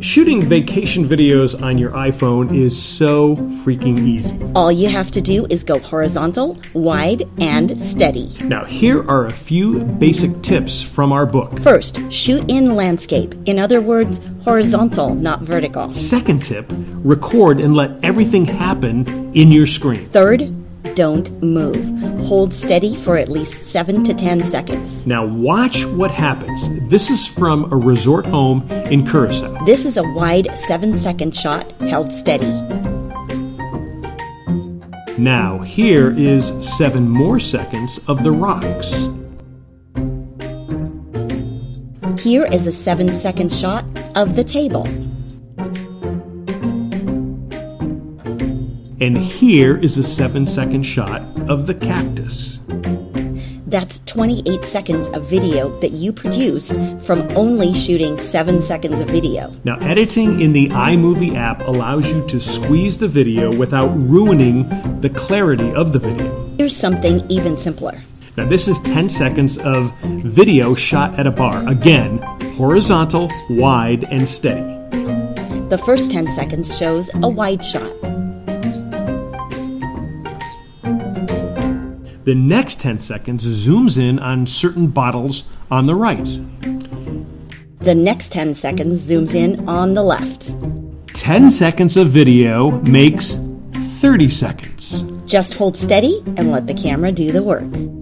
Shooting vacation videos on your iPhone is so freaking easy. All you have to do is go horizontal, wide, and steady. Now, here are a few basic tips from our book. First, shoot in landscape. In other words, horizontal, not vertical. Second tip record and let everything happen in your screen. Third, don't move. Hold steady for at least 7 to 10 seconds. Now, watch what happens. This is from a resort home in Curacao. This is a wide 7 second shot held steady. Now, here is seven more seconds of the rocks. Here is a 7 second shot of the table. And here is a seven second shot of the cactus. That's 28 seconds of video that you produced from only shooting 7 seconds of video. Now, editing in the iMovie app allows you to squeeze the video without ruining the clarity of the video. Here's something even simpler. Now, this is 10 seconds of video shot at a bar. Again, horizontal, wide, and steady. The first 10 seconds shows a wide shot. The next 10 seconds zooms in on certain bottles on the right. The next 10 seconds zooms in on the left. 10 seconds of video makes 30 seconds. Just hold steady and let the camera do the work.